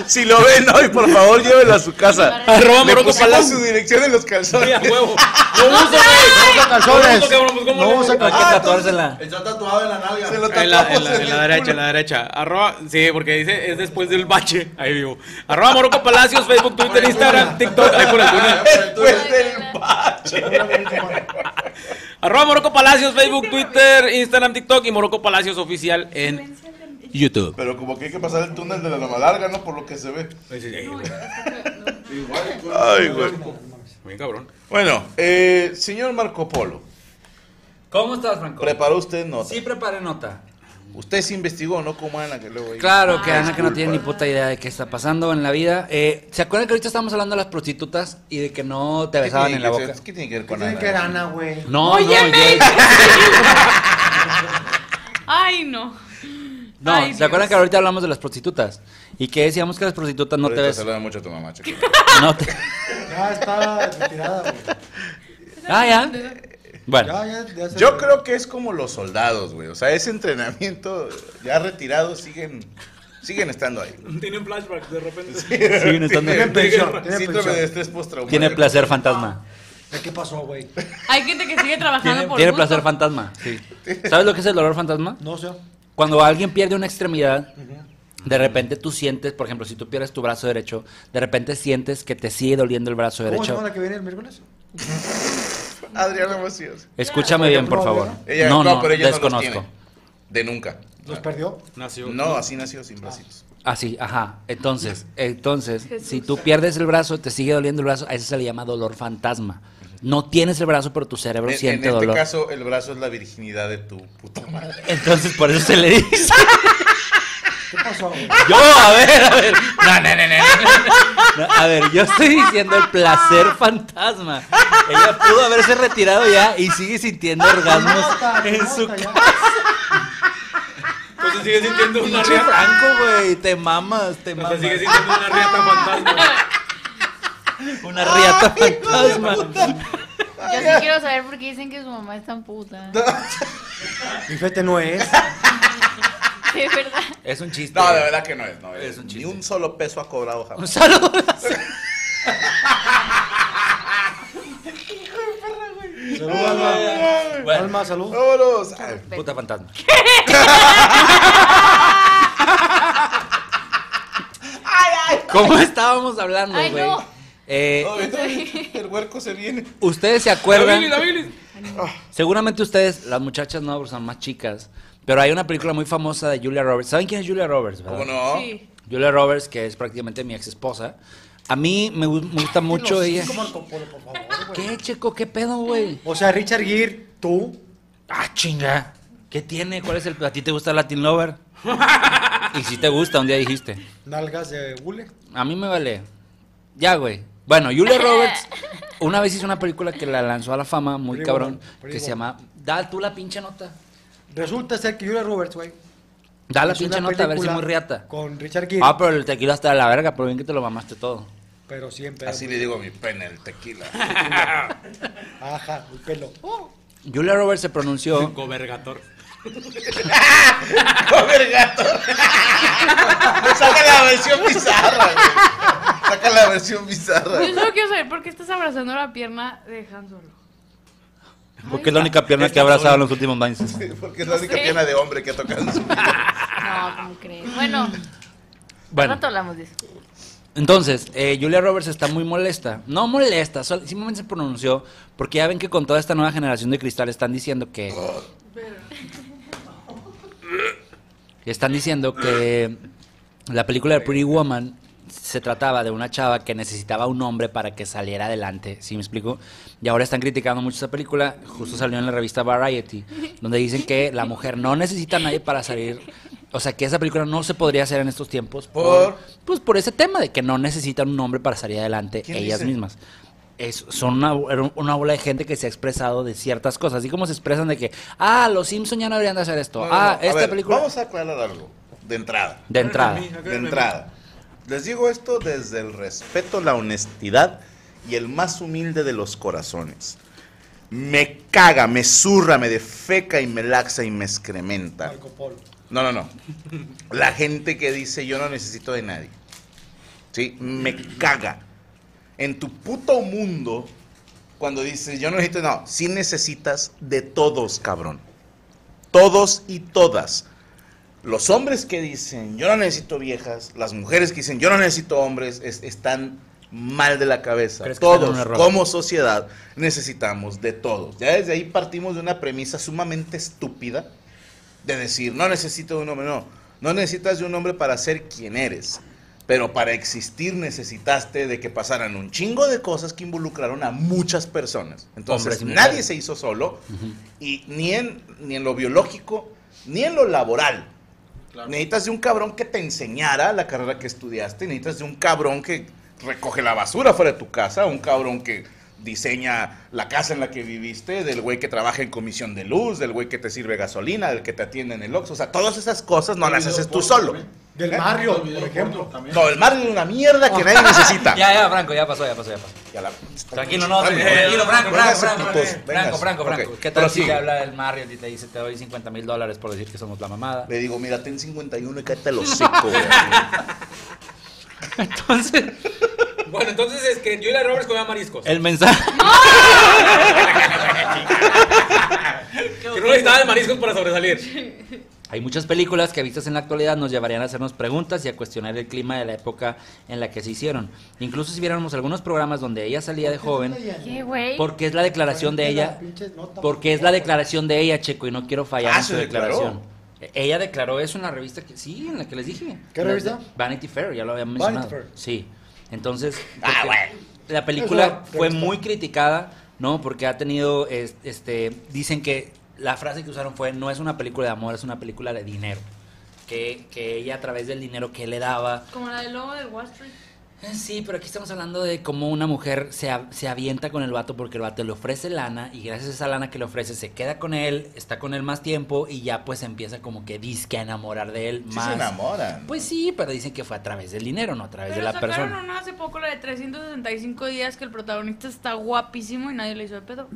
[SPEAKER 10] Si lo ven hoy, por favor, llévelo a su casa.
[SPEAKER 5] Arroba
[SPEAKER 10] Le
[SPEAKER 5] Morocco
[SPEAKER 10] pusimos
[SPEAKER 5] Palaz.
[SPEAKER 10] su dirección en los calzones.
[SPEAKER 5] No uso, güey.
[SPEAKER 12] No uso calzones.
[SPEAKER 5] No uso, cabrón, pues, ¿cómo
[SPEAKER 12] No
[SPEAKER 5] le-
[SPEAKER 12] usa
[SPEAKER 5] Ah,
[SPEAKER 12] calzones.
[SPEAKER 16] tatuársela.
[SPEAKER 10] Está tatuado en la nalga. Se lo
[SPEAKER 5] En la, en la-
[SPEAKER 10] tatuamos
[SPEAKER 5] en la derecha, en la derecha. Arroba, sí, porque dice es después del bache. Ahí vivo. Arroba Morocco Palacios, Facebook, Twitter, Instagram, TikTok. Ahí por el túnel.
[SPEAKER 10] Ah, Después del bache.
[SPEAKER 12] Ah,
[SPEAKER 5] Arroba Morocco Palacios, Facebook, Twitter, Instagram, TikTok y Morocco Palacios Oficial en YouTube.
[SPEAKER 10] Pero como que hay que pasar el túnel de la loma larga, ¿no? Por lo que se ve. Ay, güey.
[SPEAKER 5] Bien cabrón.
[SPEAKER 10] Bueno, eh, señor Marco Polo,
[SPEAKER 16] ¿Cómo estás, Franco?
[SPEAKER 10] ¿preparó usted nota?
[SPEAKER 16] Sí, preparé nota.
[SPEAKER 10] Usted se investigó, ¿no? Como Ana, que luego... ahí-
[SPEAKER 16] Claro que Ana que no
[SPEAKER 10] Disculpa.
[SPEAKER 16] tiene ni puta idea de qué está pasando en la vida. Eh, ¿Se acuerdan que ahorita estábamos hablando de las prostitutas y de que no te
[SPEAKER 10] ¿Qué
[SPEAKER 16] besaban
[SPEAKER 10] tiene
[SPEAKER 16] en la
[SPEAKER 10] que ver-
[SPEAKER 16] boca?
[SPEAKER 10] ¿Qué tiene que ver con
[SPEAKER 12] Tiene que
[SPEAKER 10] Ana?
[SPEAKER 12] era Ana, güey.
[SPEAKER 16] No,
[SPEAKER 17] Óyeme.
[SPEAKER 16] no, yo-
[SPEAKER 17] Ay, no.
[SPEAKER 16] no,
[SPEAKER 17] Ay,
[SPEAKER 16] ¿se acuerdan que ahorita hablamos de las prostitutas? Y que decíamos que las prostitutas no te
[SPEAKER 10] Ahorita
[SPEAKER 16] besan.
[SPEAKER 10] saluda mucho a tu mamá, chico.
[SPEAKER 16] No te-
[SPEAKER 12] Ya está retirada, güey.
[SPEAKER 16] Ah, ya. Bueno,
[SPEAKER 12] Ya, ya, ya se-
[SPEAKER 10] Yo creo que es como los soldados, güey. O sea, ese entrenamiento ya retirado siguen, siguen estando ahí.
[SPEAKER 5] Tienen flashbacks de repente.
[SPEAKER 16] Siguen estando ahí.
[SPEAKER 10] Tiene
[SPEAKER 12] pensión, tiene
[SPEAKER 10] Síndrome
[SPEAKER 12] pensión.
[SPEAKER 10] de estrés postraumático.
[SPEAKER 16] tiene placer fantasma.
[SPEAKER 12] ¿De ¿Qué pasó, güey?
[SPEAKER 17] Hay gente que sigue trabajando
[SPEAKER 16] Tiene,
[SPEAKER 17] Ah, por
[SPEAKER 16] tiene
[SPEAKER 17] gusto.
[SPEAKER 16] placer fantasma. sí. ¿Sabes lo que es el dolor fantasma?
[SPEAKER 12] No sé.
[SPEAKER 16] Cuando alguien pierde una extremidad, de repente tú sientes, por ejemplo, si tú pierdes tu brazo derecho, de repente sientes que te sigue doliendo el brazo
[SPEAKER 12] ¿Cómo se
[SPEAKER 16] derecho.
[SPEAKER 12] llama la que viene el miércoles?
[SPEAKER 10] Adriana Macías.
[SPEAKER 16] Escúchame bien, por favor.
[SPEAKER 10] Ella-
[SPEAKER 16] no, no,
[SPEAKER 10] pero ella no los
[SPEAKER 16] desconozco.
[SPEAKER 10] tiene. de nunca.
[SPEAKER 16] Ah.
[SPEAKER 12] ¿Los perdió?
[SPEAKER 5] Nació.
[SPEAKER 10] No, así nació sin bracitos.
[SPEAKER 16] Así, ajá. Entonces, entonces,
[SPEAKER 17] Jesús.
[SPEAKER 16] si tú pierdes el brazo, te sigue doliendo el brazo, a eso se le llama dolor fantasma. No tienes el brazo, pero tu cerebro
[SPEAKER 10] En, en
[SPEAKER 16] siente
[SPEAKER 10] este
[SPEAKER 16] dolor.
[SPEAKER 10] caso, el brazo es la virginidad de tu puta madre.
[SPEAKER 16] Entonces, por eso se le dice.
[SPEAKER 12] ¿Qué pasó, güey?
[SPEAKER 16] Yo, a ver, a ver. No, no, no, no, no. No, A ver, yo estoy diciendo el placer fantasma. Ella pudo haberse retirado ya y sigue sintiendo orgasmos
[SPEAKER 12] Nota,
[SPEAKER 16] en
[SPEAKER 12] nota,
[SPEAKER 16] su
[SPEAKER 12] ya.
[SPEAKER 5] Entonces sigue sintiendo una
[SPEAKER 16] pinche
[SPEAKER 5] riata.
[SPEAKER 16] franco,
[SPEAKER 10] Ah.
[SPEAKER 16] güey. Te mamas, te mamas.
[SPEAKER 5] Entonces sigue sintiendo una riata fantasma.
[SPEAKER 16] Una riata fantasma.
[SPEAKER 14] Yo sí quiero saber por qué dicen que su mamá es tan puta.
[SPEAKER 12] Mi fete no es.
[SPEAKER 14] De verdad.
[SPEAKER 16] Es un chiste.
[SPEAKER 10] No, de
[SPEAKER 16] güey.
[SPEAKER 10] verdad que no es. No, es
[SPEAKER 16] Es un
[SPEAKER 10] ni
[SPEAKER 16] chiste.
[SPEAKER 10] un solo peso ha cobrado
[SPEAKER 16] Un
[SPEAKER 10] jamás.
[SPEAKER 16] saludo.
[SPEAKER 12] Saludos, Alma.
[SPEAKER 16] Bueno.
[SPEAKER 12] Alma, salud.
[SPEAKER 10] Vámonos. Ay,
[SPEAKER 16] Puta fantasma. ¿Cómo estábamos hablando,
[SPEAKER 14] Ay,
[SPEAKER 16] güey?
[SPEAKER 14] no.
[SPEAKER 16] Eh,
[SPEAKER 7] El huerco se viene.
[SPEAKER 16] Ustedes se acuerdan.
[SPEAKER 7] La bilis,
[SPEAKER 16] Seguramente ustedes, las muchachas no, porque son más chicas. Pero hay una película muy famosa de Julia Roberts. ¿Saben quién es Julia Roberts? verdad?
[SPEAKER 10] ¿Cómo no? Sí.
[SPEAKER 16] Julia Roberts, que es prácticamente mi ex esposa. A mí me, gu- me gusta mucho ella. ¿Qué, Checo? ¿Qué pedo, güey?
[SPEAKER 12] O sea, Richard Gere, tú.
[SPEAKER 16] Ah, chinga. ¿Qué tiene? ¿Cuál es el. ¿A ti te gusta Latin Lover? y si te gusta, un día dijiste.
[SPEAKER 12] Nalgas de hule.
[SPEAKER 16] A mí me vale. Ya, güey. Bueno, Julia Roberts una vez hizo una película que la lanzó a la fama, Ah, muy
[SPEAKER 12] Primo,
[SPEAKER 16] cabrón,
[SPEAKER 12] primo.
[SPEAKER 16] que se llama... Da tú la pinche nota.
[SPEAKER 12] Resulta ser que Julia Roberts, güey.
[SPEAKER 16] Da la
[SPEAKER 12] hizo
[SPEAKER 16] pinche
[SPEAKER 12] una
[SPEAKER 16] nota, a ver si
[SPEAKER 12] película
[SPEAKER 16] muy riata.
[SPEAKER 12] Con Richard Gere.
[SPEAKER 16] Ah, pero el tequila está de la verga, pero bien que te lo mamaste todo.
[SPEAKER 12] Pero siempre.
[SPEAKER 10] Así le digo a mi pene, el tequila.
[SPEAKER 12] Ajá, el pelo.
[SPEAKER 16] Julia Roberts se pronunció...
[SPEAKER 5] Covergator.
[SPEAKER 10] Cover gato. Saca la versión bizarra, güey. Saca la versión bizarra.
[SPEAKER 17] Yo solo quiero saber por qué estás abrazando la pierna de Han Solo.
[SPEAKER 16] Porque es la única pierna que ha abrazado en los últimos meses.
[SPEAKER 10] Porque es la única
[SPEAKER 17] Sí.
[SPEAKER 10] pierna de hombre que ha tocado en su
[SPEAKER 19] Ah.
[SPEAKER 14] No, ¿cómo crees? Bueno,
[SPEAKER 16] Bueno.
[SPEAKER 14] ¿cuánto hablamos de eso?
[SPEAKER 16] Entonces, eh, Julia Roberts está muy molesta. No molesta, sol- simplemente se pronunció porque ya ven que con toda esta nueva generación de cristal están diciendo que... que están diciendo que la película de Pretty Woman se trataba de una chava que necesitaba un hombre para que saliera adelante, ¿sí me explico? Y ahora están criticando mucho esa película, justo salió en la revista Variety, donde dicen que la mujer no necesita a nadie para salir, o sea, que esa película no se podría hacer en estos tiempos por, pues por ese tema de que no necesitan un hombre para salir adelante
[SPEAKER 13] ¿Quién
[SPEAKER 16] ellas
[SPEAKER 13] dice?
[SPEAKER 16] mismas. Es, son una, era una bola de gente que se ha expresado de ciertas cosas, así como se expresan de que, ah, los Simpsons ya no deberían de hacer esto,
[SPEAKER 10] No, no,
[SPEAKER 16] ah,
[SPEAKER 10] no. A
[SPEAKER 16] esta
[SPEAKER 10] ver,
[SPEAKER 16] película...
[SPEAKER 10] Vamos a aclarar algo. De entrada.
[SPEAKER 16] De entrada.
[SPEAKER 10] Ah, De entrada. Les digo esto desde el respeto, la honestidad y el más humilde de los corazones. Me caga, me zurra, me defeca y me laxa y me excrementa. No, no, no. La gente que dice yo no necesito de nadie. Sí, me caga. En tu puto mundo, cuando dices yo no necesito, no, sí necesitas de todos, cabrón. Todos y todas. Los hombres que dicen yo no necesito viejas, las mujeres que dicen yo no necesito hombres, es- están mal de la cabeza.
[SPEAKER 16] ¿Crees que están en un
[SPEAKER 10] Todos,
[SPEAKER 16] error?
[SPEAKER 10] como sociedad, necesitamos de todos. Ya desde ahí partimos de una premisa sumamente estúpida de decir, no necesito de un hombre, no. No necesitas de un hombre para ser quien eres. Pero para existir necesitaste de que pasaran un chingo de cosas que involucraron a muchas personas. Entonces
[SPEAKER 16] Hombres y
[SPEAKER 10] nadie
[SPEAKER 16] mujeres.
[SPEAKER 10] se hizo solo y ni en, ni en lo biológico ni en lo laboral. Necesitas de un cabrón que te enseñara la carrera que estudiaste, necesitas de un cabrón que recoge la basura fuera de tu casa, un cabrón que diseña la casa en la que viviste, del güey que trabaja en comisión de luz, del güey que te sirve gasolina, del que te atiende en el Oxxo, o sea, todas esas cosas no las haces tú solo.
[SPEAKER 12] Del Mario, por ejemplo. También.
[SPEAKER 10] No, el Mario es una mierda que nadie necesita.
[SPEAKER 16] Ya, ya, Franco, ya pasó, ya pasó, ya pasó. Tranquilo, no, tranquilo, Franco, Franco,
[SPEAKER 10] Véngase,
[SPEAKER 16] Franco,
[SPEAKER 10] putos,
[SPEAKER 16] Franco, Franco,
[SPEAKER 10] véngase.
[SPEAKER 16] Franco, Franco.
[SPEAKER 10] Ok,
[SPEAKER 16] ¿Qué tal si
[SPEAKER 10] prosigue.
[SPEAKER 16] te habla el Mario y te dice, te doy 50 mil dólares por decir que somos la mamada?
[SPEAKER 10] Le digo, mira, ten 51 y cállate los seco, güey.
[SPEAKER 16] Entonces,
[SPEAKER 5] Bueno, entonces es que Julia Roberts comía mariscos.
[SPEAKER 16] el mensaje...
[SPEAKER 5] Que no necesitaba de mariscos para sobresalir.
[SPEAKER 16] Hay muchas películas que vistas en la actualidad nos llevarían a hacernos preguntas y a cuestionar el clima de la época en la que se hicieron. Incluso si viéramos algunos programas donde ella salía de joven,
[SPEAKER 14] ¿Qué, güey?
[SPEAKER 16] porque es la declaración de ella, porque es la declaración de ella, Checo, y no quiero fallar
[SPEAKER 10] Ah,
[SPEAKER 16] en su
[SPEAKER 10] ¿se declaró?
[SPEAKER 16] declaración. E- Ella declaró eso en la revista que sí, en la que les dije.
[SPEAKER 12] ¿Qué
[SPEAKER 16] La-
[SPEAKER 12] revista?
[SPEAKER 16] Vanity Fair, ya lo habían
[SPEAKER 12] Vanity
[SPEAKER 16] mencionado.
[SPEAKER 12] Fair.
[SPEAKER 16] Sí. Entonces,
[SPEAKER 10] Ah,
[SPEAKER 16] porque
[SPEAKER 10] bueno.
[SPEAKER 16] la película
[SPEAKER 12] Eso,
[SPEAKER 16] fue
[SPEAKER 12] revista.
[SPEAKER 16] muy criticada, ¿no? Porque ha tenido es- este dicen que la frase que usaron fue no es una película de amor, es una película de dinero. Que, que ella a través del dinero que le daba Eh,
[SPEAKER 17] Como la del lobo de Wall Street.
[SPEAKER 16] Sí, pero aquí estamos hablando de cómo una mujer se, a- se avienta con el vato porque el vato le ofrece lana y gracias a esa lana que le ofrece se queda con él, está con él más tiempo y ya pues empieza como que disque a enamorar de él
[SPEAKER 10] Sí
[SPEAKER 16] más.
[SPEAKER 10] se enamoran.
[SPEAKER 16] Pues sí, pero dicen que fue a través del dinero, no a través
[SPEAKER 17] Pero
[SPEAKER 16] de la
[SPEAKER 17] sacaron
[SPEAKER 16] persona.
[SPEAKER 17] una hace poco, la de 365 días, que el protagonista está guapísimo y nadie le hizo el pedo.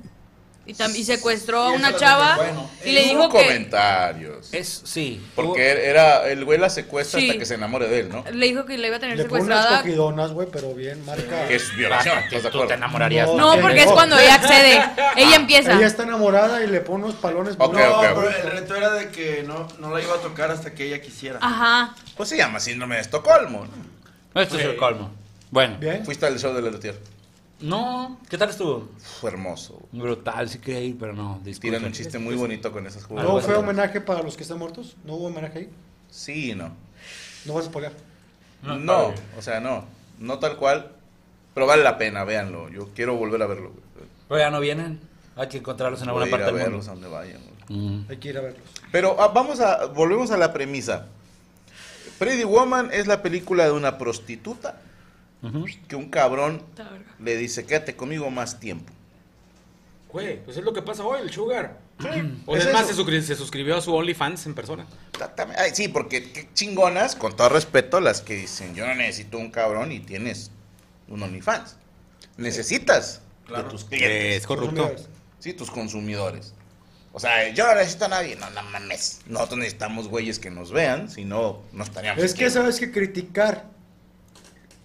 [SPEAKER 17] Y, tam- y secuestró a
[SPEAKER 10] Sí,
[SPEAKER 17] una
[SPEAKER 10] eso
[SPEAKER 17] chava
[SPEAKER 10] lo tengo.
[SPEAKER 17] y le
[SPEAKER 10] Hubo
[SPEAKER 17] dijo que
[SPEAKER 10] comentarios.
[SPEAKER 16] Es, sí.
[SPEAKER 10] Porque era, el güey la secuestra
[SPEAKER 17] Sí.
[SPEAKER 10] hasta que se enamore de él, ¿no?
[SPEAKER 17] le dijo que la iba a tener
[SPEAKER 12] Le pone unas
[SPEAKER 17] secuestrada.
[SPEAKER 12] cogidonas, güey, pero bien marca.
[SPEAKER 10] Que es violación, ¿estás de acuerdo?
[SPEAKER 16] Ah, te enamorarías.
[SPEAKER 17] No, porque es cuando ella accede. Ella empieza.
[SPEAKER 12] Ella está enamorada y le pone unos palones.
[SPEAKER 10] Ok,
[SPEAKER 12] no,
[SPEAKER 10] ok, ok.
[SPEAKER 12] pero-
[SPEAKER 10] El
[SPEAKER 15] reto era de que no, no la iba a
[SPEAKER 17] Ah.
[SPEAKER 15] tocar hasta que ella quisiera.
[SPEAKER 17] Ajá.
[SPEAKER 10] Pues se llama síndrome de Estocolmo. ¿no?
[SPEAKER 16] Esto es el colmo. Bueno.
[SPEAKER 10] Fuiste al show de la Lutier.
[SPEAKER 16] No, ¿qué tal estuvo?
[SPEAKER 10] Fue hermoso.
[SPEAKER 16] Brutal, sí creí, pero no.
[SPEAKER 10] Tiran un chiste muy bonito con esas jugadas.
[SPEAKER 12] ¿No fue homenaje para los que están muertos? ¿No hubo homenaje ahí?
[SPEAKER 10] Sí, no.
[SPEAKER 12] ¿No vas a pagar?
[SPEAKER 10] No, o sea, no. No tal cual. Pero vale la pena, véanlo. Yo quiero volver a verlo. güey.
[SPEAKER 16] Pero ya no vienen. Hay que encontrarlos en
[SPEAKER 10] Voy a
[SPEAKER 16] alguna
[SPEAKER 10] ir
[SPEAKER 16] parte
[SPEAKER 10] a
[SPEAKER 16] del mundo.
[SPEAKER 10] verlos a donde vayan. güey.
[SPEAKER 12] Hay que ir a verlos.
[SPEAKER 10] Pero ah, vamos a, volvemos a la premisa. Pretty Woman es la película de una prostituta que un cabrón le dice, quédate conmigo más tiempo.
[SPEAKER 5] Güey, pues es lo que pasa hoy, el Sugar. O
[SPEAKER 10] Es
[SPEAKER 5] es más, se,
[SPEAKER 10] eso.
[SPEAKER 5] suscri- se suscribió a su OnlyFans en persona.
[SPEAKER 10] Ay, sí, porque qué chingonas, con todo respeto, las que dicen, yo no necesito un cabrón y tienes un OnlyFans. Necesitas de tus clientes.
[SPEAKER 13] Es corrupto. Consumidores.
[SPEAKER 10] Sí, tus consumidores. O sea, yo no necesito a nadie. No, no mames. Nosotros necesitamos güeyes que nos vean, si no, no estaríamos
[SPEAKER 12] Es que
[SPEAKER 10] aquí.
[SPEAKER 12] sabes que criticar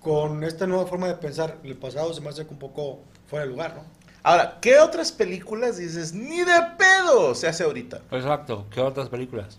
[SPEAKER 12] con esta nueva forma de pensar el pasado se me hace un poco fuera de lugar, ¿no?
[SPEAKER 10] Ahora, ¿qué otras películas dices ni de pedo se hace ahorita?
[SPEAKER 16] Exacto. ¿Qué otras películas?